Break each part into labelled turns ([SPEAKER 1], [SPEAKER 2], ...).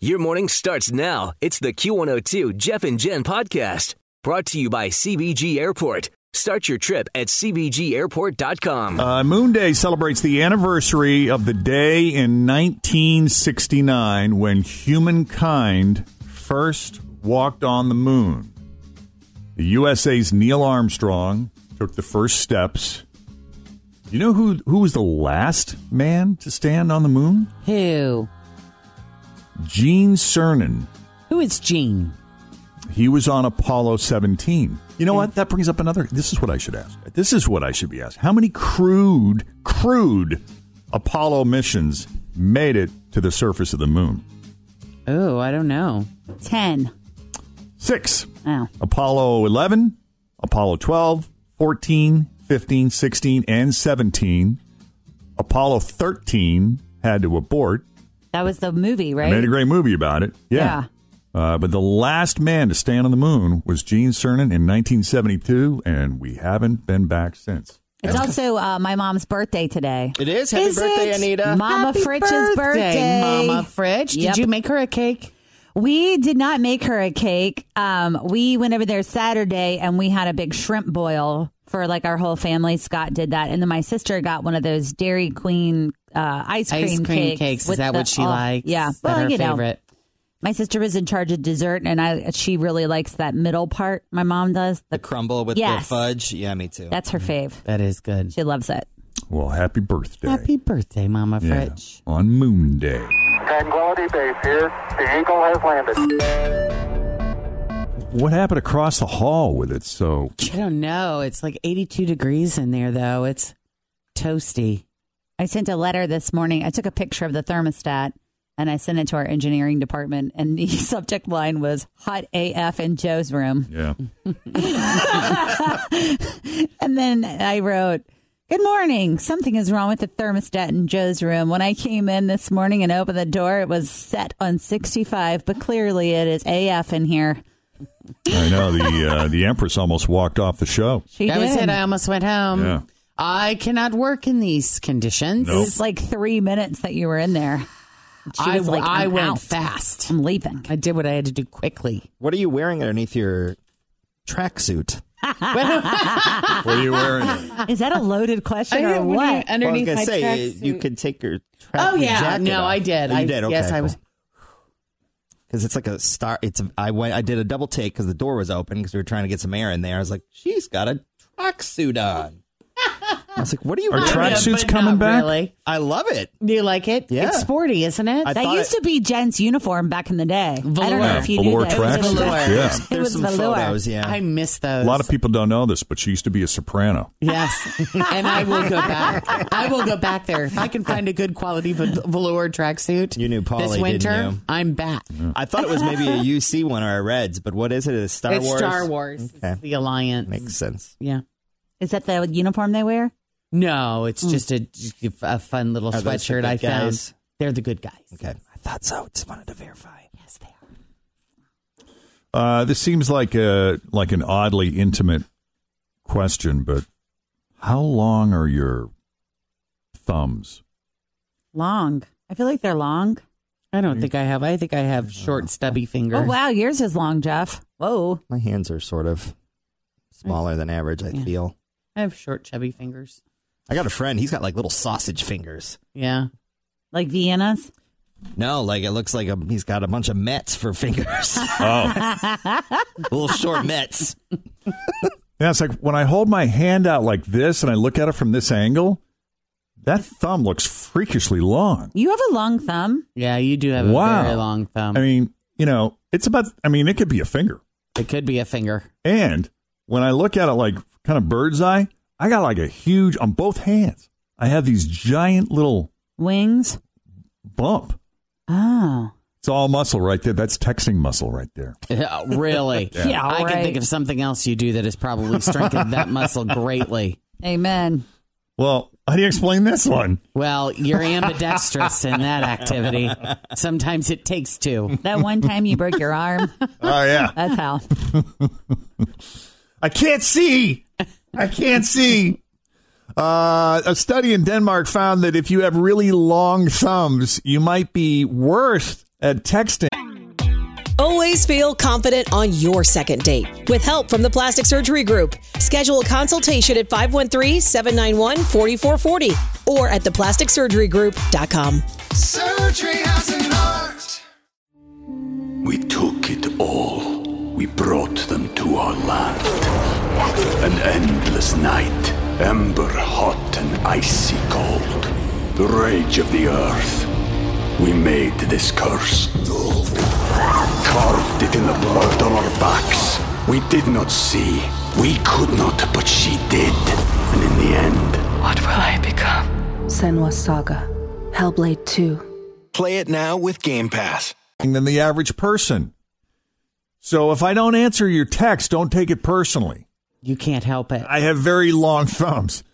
[SPEAKER 1] Your morning starts now. It's the Q102 Jeff and Jen podcast brought to you by CBG Airport. Start your trip at CBGAirport.com.
[SPEAKER 2] Uh, Moon Day celebrates the anniversary of the day in 1969 when humankind first walked on the moon. The USA's Neil Armstrong took the first steps. You know who, who was the last man to stand on the moon?
[SPEAKER 3] Who?
[SPEAKER 2] Gene Cernan.
[SPEAKER 3] Who is Gene?
[SPEAKER 2] He was on Apollo 17. You know what? That brings up another. This is what I should ask. This is what I should be asked. How many crude, crude Apollo missions made it to the surface of the moon?
[SPEAKER 3] Oh, I don't know. Ten.
[SPEAKER 2] Six.
[SPEAKER 3] Oh.
[SPEAKER 2] Apollo 11, Apollo 12, 14, 15, 16, and 17. Apollo 13 had to abort.
[SPEAKER 3] That was the movie,
[SPEAKER 2] I
[SPEAKER 3] right?
[SPEAKER 2] made a great movie about it. Yeah. Uh, but the last man to stand on the moon was Gene Cernan in 1972, and we haven't been back since.
[SPEAKER 4] It's also uh, my mom's birthday today.
[SPEAKER 5] It is. Happy birthday, Anita.
[SPEAKER 4] Mama
[SPEAKER 3] Happy
[SPEAKER 4] Fritch's birthday.
[SPEAKER 3] Mama Fridge.
[SPEAKER 4] Yep.
[SPEAKER 3] Did you make her a cake?
[SPEAKER 4] We did not make her a cake. Um, we went over there Saturday and we had a big shrimp boil for like our whole family. Scott did that, and then my sister got one of those Dairy Queen uh, ice cream
[SPEAKER 3] Ice cream
[SPEAKER 4] cakes.
[SPEAKER 3] cakes. Is
[SPEAKER 4] with
[SPEAKER 3] that
[SPEAKER 4] the-
[SPEAKER 3] what she
[SPEAKER 4] all-
[SPEAKER 3] likes?
[SPEAKER 4] Yeah,
[SPEAKER 3] Is that
[SPEAKER 4] well,
[SPEAKER 3] her
[SPEAKER 4] you know,
[SPEAKER 3] favorite.
[SPEAKER 4] my sister was in charge of dessert, and I she really likes that middle part. My mom does.
[SPEAKER 5] The crumble with
[SPEAKER 4] Yes.
[SPEAKER 5] the fudge. Yeah, me too.
[SPEAKER 4] That's her fave.
[SPEAKER 3] That is good.
[SPEAKER 4] She loves it.
[SPEAKER 2] Well, happy birthday.
[SPEAKER 3] Happy birthday, Mama
[SPEAKER 2] Yeah,
[SPEAKER 3] Fridge.
[SPEAKER 2] on Moon Day.
[SPEAKER 6] Tranquility Base here. The Eagle has landed.
[SPEAKER 2] What happened across the hall with it? So
[SPEAKER 3] I don't know. It's like 82 degrees in there, though. It's toasty.
[SPEAKER 4] I sent a letter this morning. I took a picture of the thermostat and I sent it to our engineering department. And the subject line was "Hot AF in Joe's room."
[SPEAKER 2] yeah,
[SPEAKER 4] And then I wrote, "Good morning. Something is wrong with the thermostat in Joe's room. When I came in this morning and opened the door, it was set on 65, but clearly it is AF in here."
[SPEAKER 2] I know the uh, the Empress almost walked off the show.
[SPEAKER 4] She
[SPEAKER 3] that
[SPEAKER 4] did.
[SPEAKER 3] was it. I almost went home.
[SPEAKER 2] Yeah.
[SPEAKER 3] I cannot work in these conditions.
[SPEAKER 2] Nope.
[SPEAKER 4] It's like three minutes that you were in there. She
[SPEAKER 3] I,
[SPEAKER 4] was like,
[SPEAKER 3] I
[SPEAKER 4] "I'm
[SPEAKER 3] went
[SPEAKER 4] out.
[SPEAKER 3] fast.
[SPEAKER 4] I'm leaving."
[SPEAKER 3] I did what I had to do quickly.
[SPEAKER 5] What are you wearing underneath your tracksuit?
[SPEAKER 2] What are you wearing?
[SPEAKER 4] Is that a loaded question or what?
[SPEAKER 5] Well, I was gonna say uh, you could take your. Tra-
[SPEAKER 3] Oh, yeah. No, I did. I-
[SPEAKER 5] You did. Okay,
[SPEAKER 3] yes, I was-
[SPEAKER 5] Because it's like a star. It's a, I went. I did a double take because the door was open because we were trying to get some air in there. I was like, she's got a tracksuit on. I was like, what are you
[SPEAKER 2] Are
[SPEAKER 5] wearing?
[SPEAKER 2] track- Tracksuit's coming back?
[SPEAKER 3] Really.
[SPEAKER 5] I love it.
[SPEAKER 3] Do you like it?
[SPEAKER 5] Yeah.
[SPEAKER 3] It's sporty, isn't it?
[SPEAKER 5] I
[SPEAKER 4] That
[SPEAKER 5] thought
[SPEAKER 4] used
[SPEAKER 5] it-
[SPEAKER 4] to be Jen's uniform back in the day. I don't know
[SPEAKER 2] Yeah,
[SPEAKER 4] if you
[SPEAKER 2] velour
[SPEAKER 4] knew that.
[SPEAKER 2] tracksuit. Yeah.
[SPEAKER 5] There's,
[SPEAKER 4] It was
[SPEAKER 5] some
[SPEAKER 4] velour.
[SPEAKER 5] photos. Yeah.
[SPEAKER 3] I miss those.
[SPEAKER 2] A lot of people don't know this, but she used to be a soprano.
[SPEAKER 3] Yes, and I will go back. I will go back there if I can find a good quality vel- velour tracksuit.
[SPEAKER 5] You knew Polly,
[SPEAKER 3] this
[SPEAKER 5] didn't
[SPEAKER 3] winter.
[SPEAKER 5] you?
[SPEAKER 3] I'm back.
[SPEAKER 5] I thought it was maybe a UC one or a Reds, but what is it? It's Star
[SPEAKER 3] it's
[SPEAKER 5] Wars.
[SPEAKER 3] Star Wars. It's
[SPEAKER 5] Okay.
[SPEAKER 3] the Alliance.
[SPEAKER 5] Makes sense.
[SPEAKER 3] yeah.
[SPEAKER 4] Is that the uniform they wear?
[SPEAKER 3] No, it's just a, a fun little
[SPEAKER 5] Hmm. Are those the
[SPEAKER 3] sweatshirt
[SPEAKER 5] good
[SPEAKER 3] I found.
[SPEAKER 5] guys?
[SPEAKER 3] They're the good guys.
[SPEAKER 5] Okay. I thought so. Just wanted to verify.
[SPEAKER 3] Yes, they are.
[SPEAKER 2] Uh, this seems like a like an oddly intimate question, but how long are your thumbs?
[SPEAKER 4] Long. I feel like they're long.
[SPEAKER 3] I don't think I have. I think I have short, stubby fingers.
[SPEAKER 4] Oh wow, yours is long, Jeff. Whoa.
[SPEAKER 5] My hands are sort of smaller than average, I
[SPEAKER 3] Yeah.
[SPEAKER 5] feel.
[SPEAKER 3] I have short, chubby fingers.
[SPEAKER 5] I got a friend, he's got like little sausage fingers.
[SPEAKER 3] Yeah.
[SPEAKER 4] Like Vienna's?
[SPEAKER 5] No, like it looks like a, he's got a bunch of Mets for fingers.
[SPEAKER 2] Oh.
[SPEAKER 5] little short Mets.
[SPEAKER 2] Yeah, it's like when I hold my hand out like this and I look at it from this angle, that thumb looks freakishly long.
[SPEAKER 4] You have a long thumb.
[SPEAKER 3] Yeah, you do have a
[SPEAKER 2] wow.
[SPEAKER 3] very long thumb.
[SPEAKER 2] I mean, you know, it's about, I mean, it could be a finger.
[SPEAKER 3] It could be a finger.
[SPEAKER 2] And when I look at it like kind of bird's eye, I got like a huge, on both hands, I have these giant little
[SPEAKER 4] Wings.
[SPEAKER 2] bump.
[SPEAKER 4] Oh.
[SPEAKER 2] It's all muscle right there. That's texting muscle right there.
[SPEAKER 3] Yeah, really?
[SPEAKER 2] Yeah.
[SPEAKER 4] Yeah,
[SPEAKER 3] I can
[SPEAKER 4] right.
[SPEAKER 3] think of something else you do that has probably strengthened that muscle greatly.
[SPEAKER 4] Amen.
[SPEAKER 2] Well, how do you explain this one?
[SPEAKER 3] Well, you're ambidextrous in that activity. Sometimes it takes two.
[SPEAKER 4] That one time you broke your arm.
[SPEAKER 2] Oh, yeah.
[SPEAKER 4] That's how.
[SPEAKER 2] I can't see. I can't see. Uh, a study in Denmark found that if you have really long thumbs, you might be worse at texting.
[SPEAKER 7] Always feel confident on your second date. With help from the Plastic Surgery Group, schedule a consultation at 513-791-4440 or at theplasticsurgerygroup.com.
[SPEAKER 8] Surgery has an art.
[SPEAKER 9] We took it all. We brought them to our land. An endless night, ember hot and icy cold. The rage of the earth. We made this curse. Carved it in the blood on our backs. We did not see. We could not, but she did. And in the end,
[SPEAKER 10] What will I become? Senwa Saga, Hellblade 2.
[SPEAKER 11] Play it now with Game Pass.
[SPEAKER 2] than the average person. So if I don't answer your text, don't take it personally.
[SPEAKER 3] You can't help it.
[SPEAKER 2] I have very long thumbs.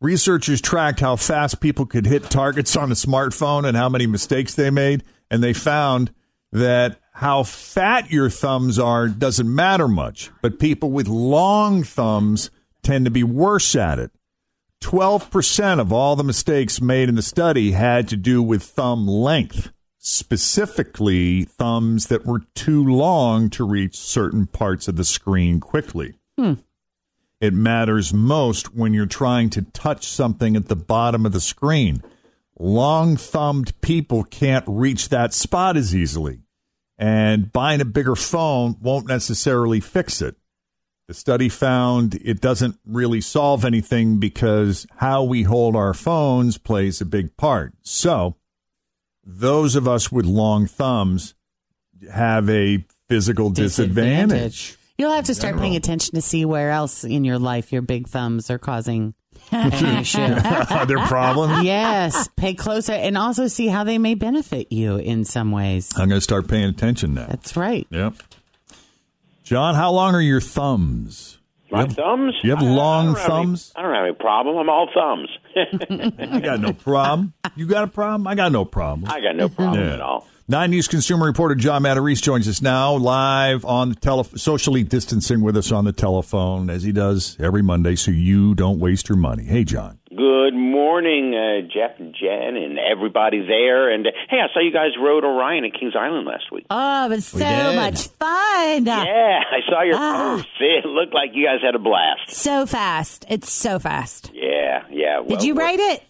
[SPEAKER 2] Researchers tracked how fast people could hit targets on a smartphone and how many mistakes they made, and they found that how fat your thumbs are doesn't matter much, but people with long thumbs tend to be worse at it. 12% of all the mistakes made in the study had to do with thumb length, specifically thumbs that were too long to reach certain parts of the screen quickly.
[SPEAKER 3] Hmm.
[SPEAKER 2] It matters most when you're trying to touch something at the bottom of the screen. Long thumbed people can't reach that spot as easily, and buying a bigger phone won't necessarily fix it. The study found it doesn't really solve anything because how we hold our phones plays a big part. So, those of us with long thumbs have a physical disadvantage.
[SPEAKER 3] You'll have to start paying attention to see where else in your life your big thumbs are causing an issue.
[SPEAKER 2] Other problems?
[SPEAKER 3] Yes, pay closer and also see how they may benefit you in some ways.
[SPEAKER 2] I'm going to start paying attention now.
[SPEAKER 3] That's right.
[SPEAKER 2] Yep. John, how long are your thumbs?
[SPEAKER 12] My thumbs?
[SPEAKER 2] You have
[SPEAKER 12] I- I
[SPEAKER 2] long
[SPEAKER 12] don't have any-
[SPEAKER 2] thumbs?
[SPEAKER 12] I don't have any problem. I'm all thumbs.
[SPEAKER 2] I got no problem. You got a problem? I got no problem.
[SPEAKER 12] I got no problem
[SPEAKER 2] Yeah.
[SPEAKER 12] at all.
[SPEAKER 2] Nine News consumer reporter John Matarese joins us now, live on the tele- socially distancing with us on the telephone as he does every Monday, so you don't waste your money. Hey, John.
[SPEAKER 12] Good morning, uh, Jeff and Jen and everybody there. And uh, hey, I saw you guys rode Orion at Kings Island last week.
[SPEAKER 4] Oh, it was
[SPEAKER 12] We
[SPEAKER 4] so
[SPEAKER 12] did.
[SPEAKER 4] much fun.
[SPEAKER 12] Yeah, I saw your
[SPEAKER 4] Ah.
[SPEAKER 12] posts. It looked like you guys had a blast.
[SPEAKER 4] So fast. It's so fast.
[SPEAKER 12] Yeah, yeah.
[SPEAKER 4] Did you write it?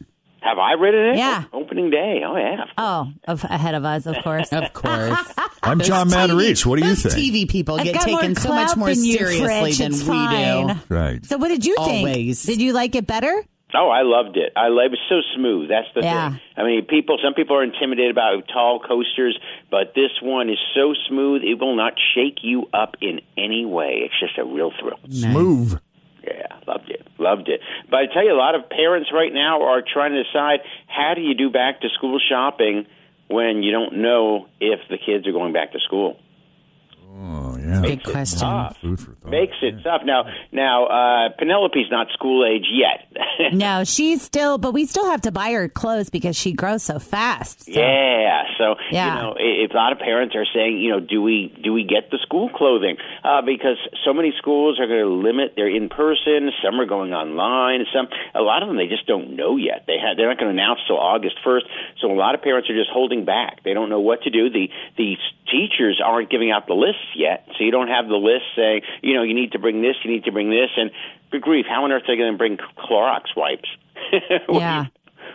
[SPEAKER 12] Have I ridden it?
[SPEAKER 4] Yeah.
[SPEAKER 12] Opening day. Oh, yeah.
[SPEAKER 4] Oh, of, ahead of us, of course.
[SPEAKER 3] of course.
[SPEAKER 2] I'm John Matarese. What do you think?
[SPEAKER 3] TV people
[SPEAKER 4] I've
[SPEAKER 3] get
[SPEAKER 4] got more
[SPEAKER 3] taken so much
[SPEAKER 4] clout
[SPEAKER 3] more
[SPEAKER 4] than you,
[SPEAKER 3] seriously
[SPEAKER 4] Fritch.
[SPEAKER 3] than
[SPEAKER 4] It's
[SPEAKER 3] we
[SPEAKER 4] fine.
[SPEAKER 3] do.
[SPEAKER 2] Right.
[SPEAKER 4] So, what did you
[SPEAKER 3] Always.
[SPEAKER 4] think? Did you like it better?
[SPEAKER 12] Oh, I loved it. I lo- it was so smooth. That's the
[SPEAKER 4] Yeah.
[SPEAKER 12] thing. I mean, people. Some people are intimidated about tall coasters, but this one is so smooth. It will not shake you up in any way. It's just a real thrill.
[SPEAKER 2] Smooth.
[SPEAKER 12] Yeah, loved it. Loved it. But I tell you, a lot of parents right now are trying to decide how do you do back to school shopping when you don't know if the kids are going back to school.
[SPEAKER 2] Oh, yeah.
[SPEAKER 12] Big
[SPEAKER 2] Food
[SPEAKER 12] question.
[SPEAKER 2] for- Food for thought.
[SPEAKER 12] Makes it tough. Now, now uh, Penelope's not school age yet.
[SPEAKER 4] no, she's still, but we still have to buy her clothes because she grows so fast.
[SPEAKER 12] Yeah. So
[SPEAKER 4] Yeah.
[SPEAKER 12] you know, i- if a lot of parents are saying, you know, do we do we get the school clothing? Uh, because so many schools are going to limit their in person. Some are going online. Some a lot of them they just don't know yet. They ha they're not going to announce till August first. So a lot of parents are just holding back. They don't know what to do. The the s- teachers aren't giving out the lists yet. So you don't have the list saying, you know, you need to bring this, you need to bring this, and good grief, how on earth are they going to bring Clorox wipes?
[SPEAKER 4] Yeah.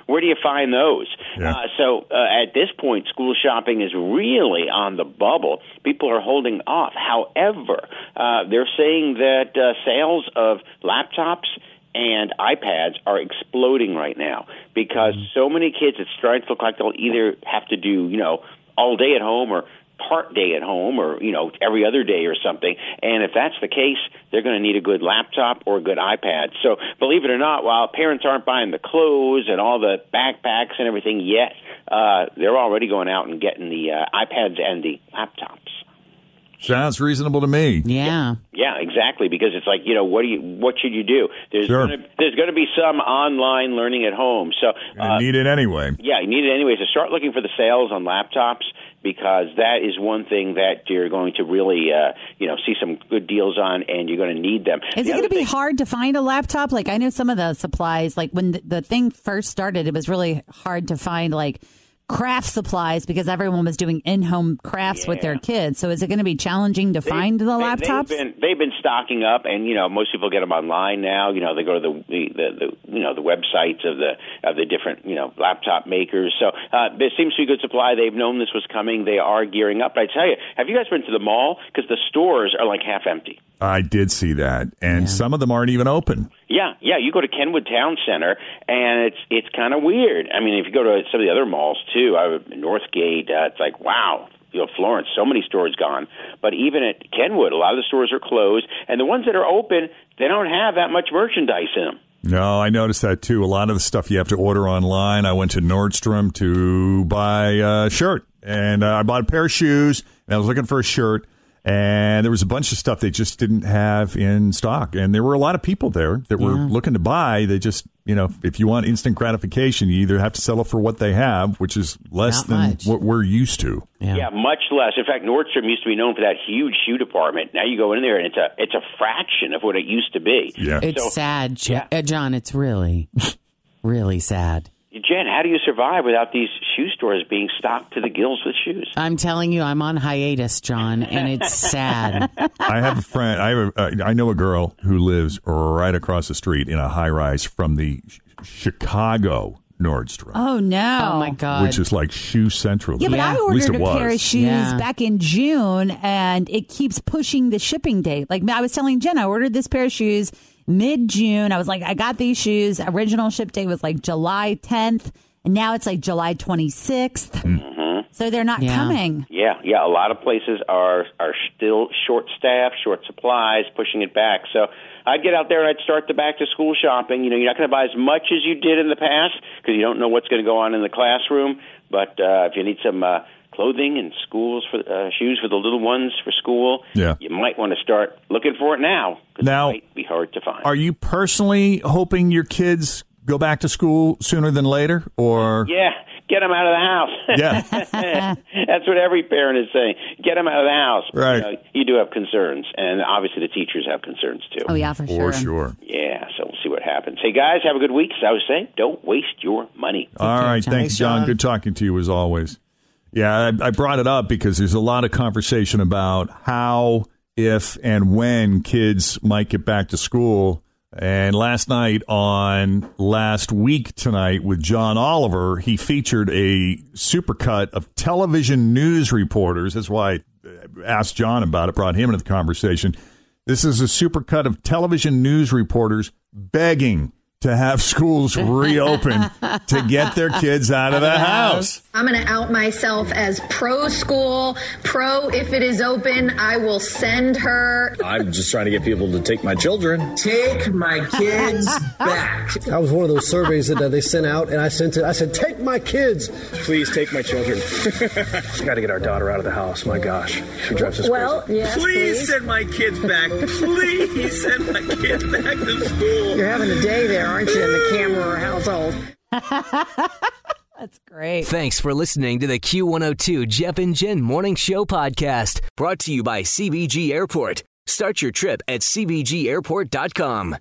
[SPEAKER 3] Where do you find those? Uh, so uh, at this point, school shopping is really on the bubble. People are holding off. However, uh, they're saying that uh, sales of laptops and iPads are exploding right now because so many kids, it's starting to look like they'll either have to do, you know, all day at home or part day at home or you know every other day or something and if that's the case they're going to need a good laptop or a good ipad so believe it or not while parents aren't buying the clothes and all the backpacks and everything yet uh they're already going out and getting the uh, ipads and the laptops
[SPEAKER 2] Sounds reasonable to me.
[SPEAKER 13] Yeah.
[SPEAKER 3] yeah exactly because it's like you know what do you what should you do there's
[SPEAKER 2] Sure.
[SPEAKER 3] gonna, there's going to be some online learning at home so
[SPEAKER 2] I
[SPEAKER 3] uh,
[SPEAKER 2] need it anyway.
[SPEAKER 3] yeah, you need it anyway. So start looking for the sales on laptops because that is one thing that you're going to really, uh, you know, see some good deals on, and you're going to need them.
[SPEAKER 4] Is
[SPEAKER 3] The
[SPEAKER 4] it
[SPEAKER 3] other
[SPEAKER 4] going to be hard to find a laptop? Like I know some of the supplies. Like when the, the thing first started, it was really hard to find like craft supplies because everyone was doing in-home crafts with their kids. So is it going to be challenging to find the laptops?
[SPEAKER 3] They've been, they've been stocking up, and you know most people get them online now. You know they go to the the, the, the you know the websites of the of the different you know laptop makers. So uh, there seems to be good supply. They've known this was coming. They are gearing up. But I tell you, have you guys been to the mall? Because the stores are like half empty.
[SPEAKER 2] I did see that, and some of them aren't even open.
[SPEAKER 3] Yeah, yeah. You go to Kenwood Town Center, and it's it's kind of weird. I mean, if you go to some of the other malls too, I would, Northgate, uh, it's like wow. You know, Florence, so many stores gone. But even at Kenwood, a lot of the stores are closed, and the ones that are open, they don't have that much merchandise in them.
[SPEAKER 2] No, I noticed that too. A lot of the stuff you have to order online. I went to Nordstrom to buy a shirt, and uh, I bought a pair of shoes, and I was looking for a shirt, and there was a bunch of stuff they just didn't have in stock, and there were a lot of people there that were
[SPEAKER 14] Yeah.
[SPEAKER 2] looking to buy. They just, you know, if you want instant gratification, you either have to settle for what they have, which is less
[SPEAKER 3] Not
[SPEAKER 2] than
[SPEAKER 3] much.
[SPEAKER 2] what we're used to.
[SPEAKER 3] Yeah. much less. In fact, Nordstrom used to be known for that huge shoe department. Now you go in there, and it's a it's a fraction of what it used to be.
[SPEAKER 13] It's
[SPEAKER 3] So,
[SPEAKER 13] sad, Jo- uh, John. It's really, really sad.
[SPEAKER 3] Jen, how do you survive without these shoe stores being stocked to the gills with shoes?
[SPEAKER 13] I'm telling you, I'm on hiatus, John, and it's sad.
[SPEAKER 2] I have a friend. I have a, uh, I know a girl who lives right across the street in a high rise from the Ch- Chicago Nordstrom,
[SPEAKER 4] oh no! Oh my god!
[SPEAKER 2] which is like shoe central.
[SPEAKER 4] Yeah, but I
[SPEAKER 2] At least
[SPEAKER 4] ordered
[SPEAKER 2] it
[SPEAKER 4] a
[SPEAKER 2] was.
[SPEAKER 4] pair of shoes back in June, and it keeps pushing the shipping date. Like I was telling Jen, I ordered this pair of shoes mid June. I was like, I got these shoes. Original ship date was like July 10th, and now it's like July 26th.
[SPEAKER 3] Mm-hmm.
[SPEAKER 4] So they're not coming.
[SPEAKER 3] Yeah, yeah. A lot of places are are still short staffed, short supplies, pushing it back. So I'd get out there and I'd start the back to school shopping. You know, you're not going to buy as much as you did in the past because you don't know what's going to go on in the classroom. But uh, if you need some uh, clothing and schools for uh, shoes for the little ones for school,
[SPEAKER 2] Yeah.
[SPEAKER 3] you might want to start looking for it now because it
[SPEAKER 2] Now-
[SPEAKER 3] might be hard to find.
[SPEAKER 2] Are you personally hoping your kids go back to school sooner than later, or
[SPEAKER 3] Yeah, get them out of the house. Yeah. That's what every parent is saying. Get them out of the house.
[SPEAKER 2] Right.
[SPEAKER 3] You, know, you do have concerns, and obviously the teachers have concerns too.
[SPEAKER 4] Oh yeah, for sure.
[SPEAKER 3] Yeah, so we'll see what happens. Hey, guys, have a good week. As I was saying, don't waste your money.
[SPEAKER 2] All right. Thanks, John.
[SPEAKER 3] John.
[SPEAKER 2] Good talking to you as always. Yeah, I, I brought it up because there's a lot of conversation about how, if, and when kids might get back to school. And last night on last week tonight with John Oliver, he featured a supercut of television news reporters. That's why I asked John about it, brought him into the conversation. This is a supercut of television news reporters begging to have schools reopen to get their kids out of the house.
[SPEAKER 15] I'm going to out myself as pro school, pro if it is open. I will send her.
[SPEAKER 16] I'm just trying to get people to take my children.
[SPEAKER 15] Take my
[SPEAKER 16] kids
[SPEAKER 15] back.
[SPEAKER 16] I was one of those surveys that uh, they sent out, and I sent it. I said, "Take my kids, please take my children." Got to get our daughter out of the house. My gosh, she drives us
[SPEAKER 15] Well,
[SPEAKER 16] crazy.
[SPEAKER 15] yes, Please please. send
[SPEAKER 16] my kids back. Please send my kids back to school.
[SPEAKER 15] You're having a day there, aren't you, in the camera household?
[SPEAKER 4] Great.
[SPEAKER 1] Thanks for listening to the Q102 Jeff and Jen Morning Show podcast brought to you by CBG Airport. Start your trip at CBGAirport.com.